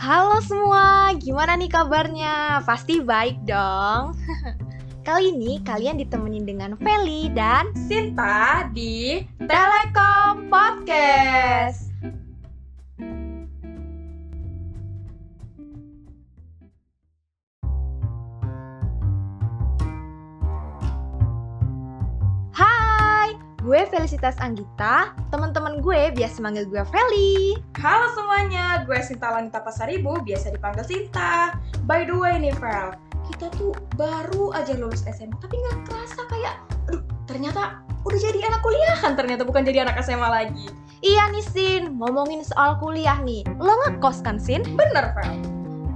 Halo semua, gimana nih kabarnya? Pasti baik dong. Kali ini kalian ditemenin dengan Feli dan Sinta di Telekom Podcast. Hai, gue Felicitas Anggita. Teman-teman gue biasa manggil gue Feli. Halo semuanya, gue Sinta Lanita Pasaribu, biasa dipanggil Sinta. By the way nih, Fel, kita tuh baru aja lulus SMA, tapi nggak kerasa kayak, aduh, ternyata udah jadi anak kuliahan, ternyata bukan jadi anak SMA lagi. Iya nih Sin, ngomongin soal kuliah nih. Lo ngekos kan Sin? Bener, Fel.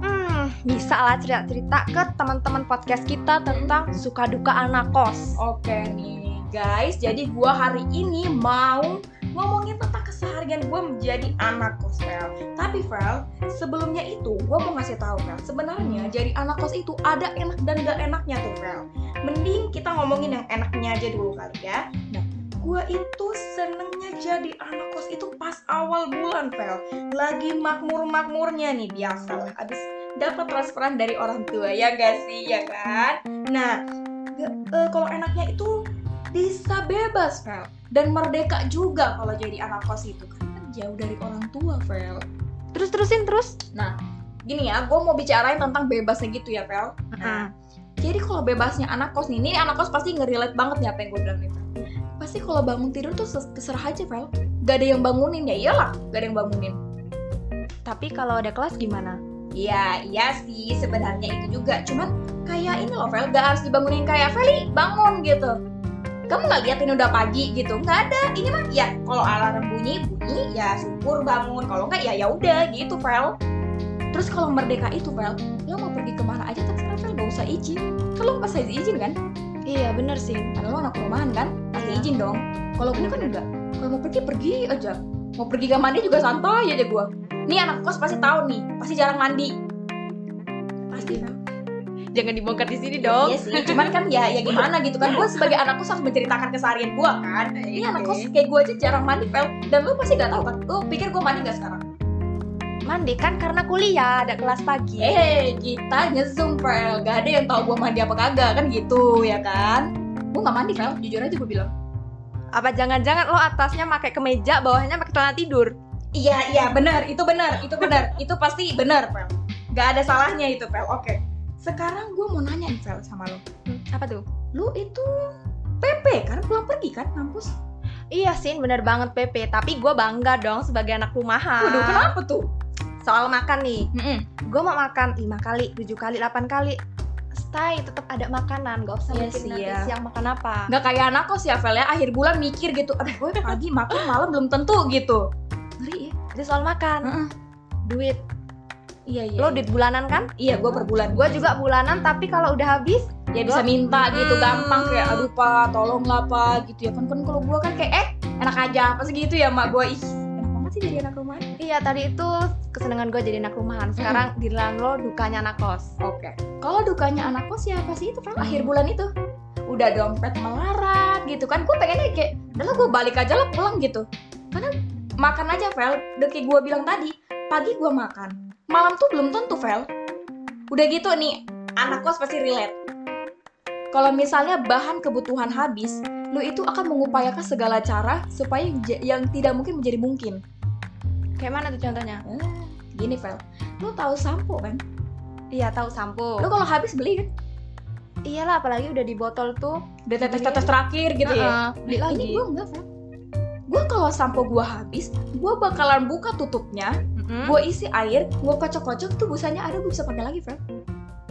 Hmm, bisa lah cerita-cerita ke teman-teman podcast kita tentang suka duka anak kos. Oke nih, guys, jadi gue hari ini mau ngomongin tentang keseharian gue menjadi anak kos, Fel. Tapi, Fel, sebelumnya itu gue mau ngasih tahu, Fel, sebenarnya jadi anak kos itu ada enak dan gak enaknya tuh, Fel. Mending kita ngomongin yang enaknya aja dulu kali ya. Nah, gue itu senengnya jadi anak kos itu pas awal bulan, Fel. Lagi makmur-makmurnya nih, biasalah. Abis dapat transferan dari orang tua, ya gak sih, ya kan? Nah, ge- eh, kalau enaknya itu bisa bebas, Fel dan merdeka juga kalau jadi anak kos itu kan kan jauh dari orang tua Fel Terus terusin terus. gini ya gue mau bicarain tentang bebasnya gitu ya Fel Heeh. jadi kalau bebasnya anak kos nih ini anak kos pasti ngerelate banget nih apa yang gue bilang nih Fel pasti kalau bangun tidur tuh ses- terserah aja Fel gak ada yang bangunin ya iyalah gak ada yang bangunin Tapi kalau ada kelas gimana? Iya, iya sih sebenarnya itu juga. Cuman kayak ini loh, Vel, gak harus dibangunin kayak Feli bangun gitu. Kamu nggak lihat ini udah pagi gitu? Nggak ada. Ini mah ya kalau alarm bunyi bunyi ya syukur bangun. Kalau nggak ya ya udah gitu, Vel. Terus kalau merdeka itu, Vel, lo mau pergi kemana aja terserah, Vel, gak usah izin. Kalau pas saya izin kan, Iya bener sih. karena lo anak rumahan kan, pasti Iya. izin dong. Kalau gue kan enggak. Kalau mau pergi pergi aja. Mau pergi ke mandi juga santai aja gue. Nih anak kos pasti tahu nih, pasti jarang mandi. Pasti Vel. Jangan dibongkar di sini Iya sih, cuman kan ya ya gimana gitu kan gue sebagai anak kos harus menceritakan keseharian gue kan. Ini anak kos kayak gue aja jarang mandi pel dan lo pasti gak tahu kan. Lo pikir gue mandi gak sekarang? Mandi kan karena kuliah ada kelas pagi. Eh kita nyezoom pel, gak ada yang tahu gue mandi apa kagak kan gitu ya kan. Gue gak mandi pel, jujur aja gue bilang. Apa jangan-jangan lo atasnya pakai kemeja, bawahnya pakai celana tidur? Iya iya benar, itu benar, itu benar, itu pasti benar pel. Gak ada salahnya itu pel. Oke, sekarang gue mau nanya nih pel sama lo. Hmm, apa tuh? Lo itu PP kan pulang pergi kan kampus? Iya Sin, bener banget Pepe. Tapi gue bangga dong sebagai anak rumahan. Waduh kenapa tuh? Soal makan nih, Mm-mm. gue mau makan 5 kali, 7 kali, 8 kali stay tetap ada makanan gak usah Iya mikirin sih, nanti ya. siang makan apa nggak kayak anak kos ya Vel ya akhir bulan mikir gitu aduh gue pagi makan malam belum tentu gitu ngeri ya itu soal makan Heeh. duit iya iya lo duit bulanan kan iya gue per bulan gue juga bulanan tapi kalau udah habis ya bisa Gua- minta gitu Hmm. gampang kayak aduh pak tolong lah pak gitu ya kan kan kalau gue kan kayak eh enak aja pas gitu ya mak gue ih enak banget sih jadi anak rumah iya tadi itu kesenangan gue jadi anak rumahan sekarang dilan lo dukanya anak kos oke kalau dukanya anak kos ya pasti itu Vel akhir bulan itu udah dompet melarat gitu kan gue pengennya kayak udah gue balik aja lah pulang gitu karena makan aja Vel udah kayak gue bilang tadi pagi gue makan malam tuh belum tentu Vel udah gitu nih anak kos pasti relate kalau misalnya bahan kebutuhan habis lu itu akan mengupayakan segala cara supaya j- yang tidak mungkin menjadi mungkin Eh, kayak mana tuh contohnya gini Vel lu tahu sampo kan iya tahu sampo lu kalau habis beli kan iyalah apalagi udah di botol tuh udah tetes-tetes terakhir gitu ya Heeh, beli lagi Ini gue enggak, Feb. Gue kalau sampo gue habis, gue bakalan buka tutupnya, Mm-mm. gue isi air, gue kocok-kocok tuh busanya ada gue bisa pakai lagi, Feb.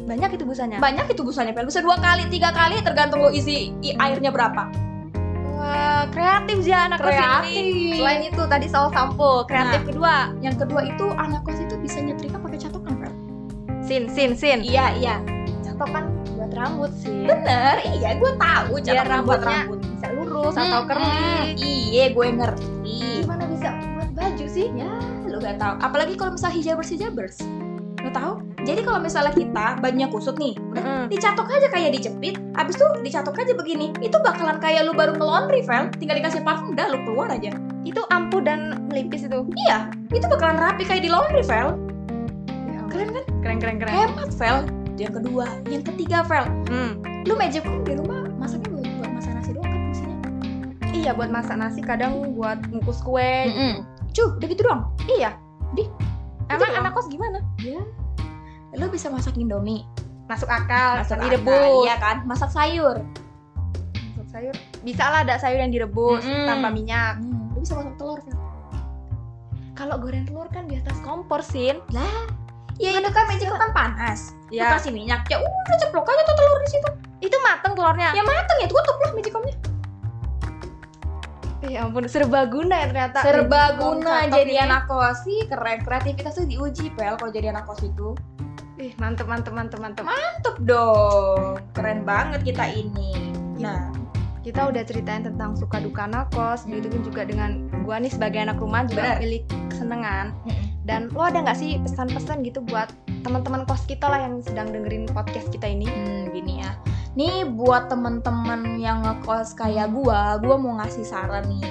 banyak itu busanya Banyak itu busanya, Feb. Bisa dua kali, tiga kali, tergantung lo isi i- airnya berapa. wah eh, kreatif sih anak kos ini Kreatif. Nah. selain itu tadi soal sampo kreatif kedua Yang kedua itu anak kos itu bisa nyetrika pakai catokan, Feb. sin sin sin Iya, iya. catokan buat rambut sih Bener, iya, gue tahu Biar catokan buat rambutnya rambut. bisa lurus atau Mm-mm. kering Iya, gue ngerti. gimana bisa buat baju sih ya lu gak tahu apalagi kalau misalnya hijabers hijabers lu tahu jadi kalau misalnya kita bajunya kusut nih udah Mm. dicatok aja kayak dijepit abis tuh dicatok aja begini itu bakalan kayak lu baru ngelondri Vel tinggal dikasih parfum udah lu keluar aja itu ampuh dan melipis itu iya itu bakalan rapi kayak di laundry Vel Keren Ya. kan? Keren Eh, keren keren. Hemat, Vel. Yang kedua, yang ketiga, Vel. Hmm. Lu meja kok di rumah masaknya buat buat masak nasi doang kan isinya? Iya buat masak nasi kadang buat ngukus kue. Mm-mm. Cuh, udah gitu doang. Iya. Di, Emang doang. anak kos gimana? Ya. Lu bisa masak Indomie, Masuk akal. masak tapi akar, direbus. iya kan? Masak sayur. Masak sayur. Bisa lah ada sayur yang direbus Mm-mm. tanpa minyak. Hmm, lu bisa masak telur, Vel. Kalau goreng telur kan di atas kompor sin. Ya itu kan meja itu kan panas. Lu Ya. kasih minyak, ya udah ceplok aja tuh telur di situ. Itu mateng telurnya. Ya mateng ya, tutup lah meja komnya. Ya ampun serba-guna ya ternyata. Cakep Serbaguna nih. jadi anak kos sih keren kreativitas tuh diuji pel kalau jadi anak kos itu. Ih, mantep mantep mantep mantep. Mantep dong, keren banget kita ini. Nah, kita udah ceritain tentang suka duka anak kos Hmm. gitu kan juga dengan gua nih sebagai anak rumah juga Bener. milik kesenangan dan lo ada nggak sih pesan-pesan gitu buat teman-teman kos kita lah yang sedang dengerin podcast kita ini hmm, gini ya. Nih buat temen-temen yang ngekos kayak gua, gua mau ngasih saran nih.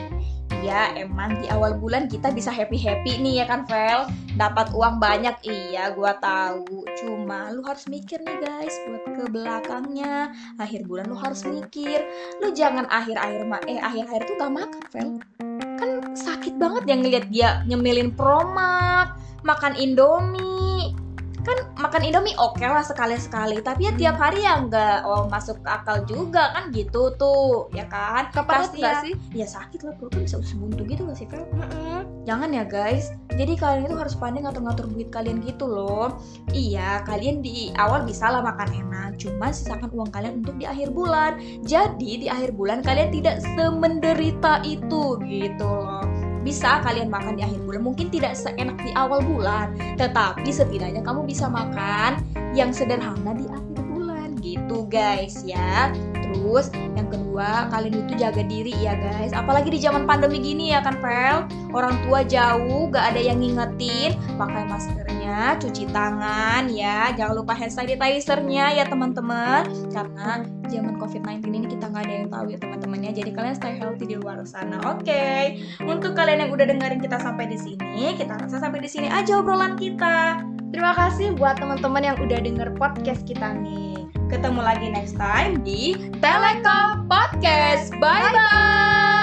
Ya emang di awal bulan kita bisa happy-happy nih ya kan Vel Dapat uang banyak, iya gua tahu Cuma lu harus mikir nih guys buat ke belakangnya Akhir bulan lu harus mikir Lu jangan akhir-akhir ma- eh akhir-akhir tuh gak makan Vel Kan sakit banget yang ngeliat dia nyemelin promak Makan indomie kan makan indomie oke lah sekali-sekali tapi ya tiap hari ya nggak oh, masuk akal juga kan gitu tuh ya kan ke perut Pasti nggak ya- sih ya sakit lah perut kan bisa usus buntu gitu gak sih Fel? Mm-mm. Jangan ya guys, jadi kalian itu harus pandai ngatur-ngatur duit kalian gitu loh Iya, kalian di awal bisa lah makan enak Cuma sisakan uang kalian untuk di akhir bulan Jadi di akhir bulan kalian tidak semenderita itu gitu loh bisa kalian makan di akhir bulan mungkin tidak seenak di awal bulan tetapi setidaknya kamu bisa makan yang sederhana di akhir bulan gitu guys ya terus yang kedua kalian itu jaga diri ya guys apalagi di zaman pandemi gini ya kan Pel orang tua jauh gak ada yang ngingetin pakai maskernya cuci tangan ya jangan lupa hand sanitizer-nya ya teman-teman karena zaman covid-19 ini kita nggak ada yang tahu ya teman-temannya jadi kalian stay healthy di luar sana oke untuk kalian yang udah dengerin kita sampai di sini kita rasa sampai di sini aja obrolan kita terima kasih buat teman-teman yang udah denger podcast kita nih ketemu lagi next time di Telekom Podcast bye bye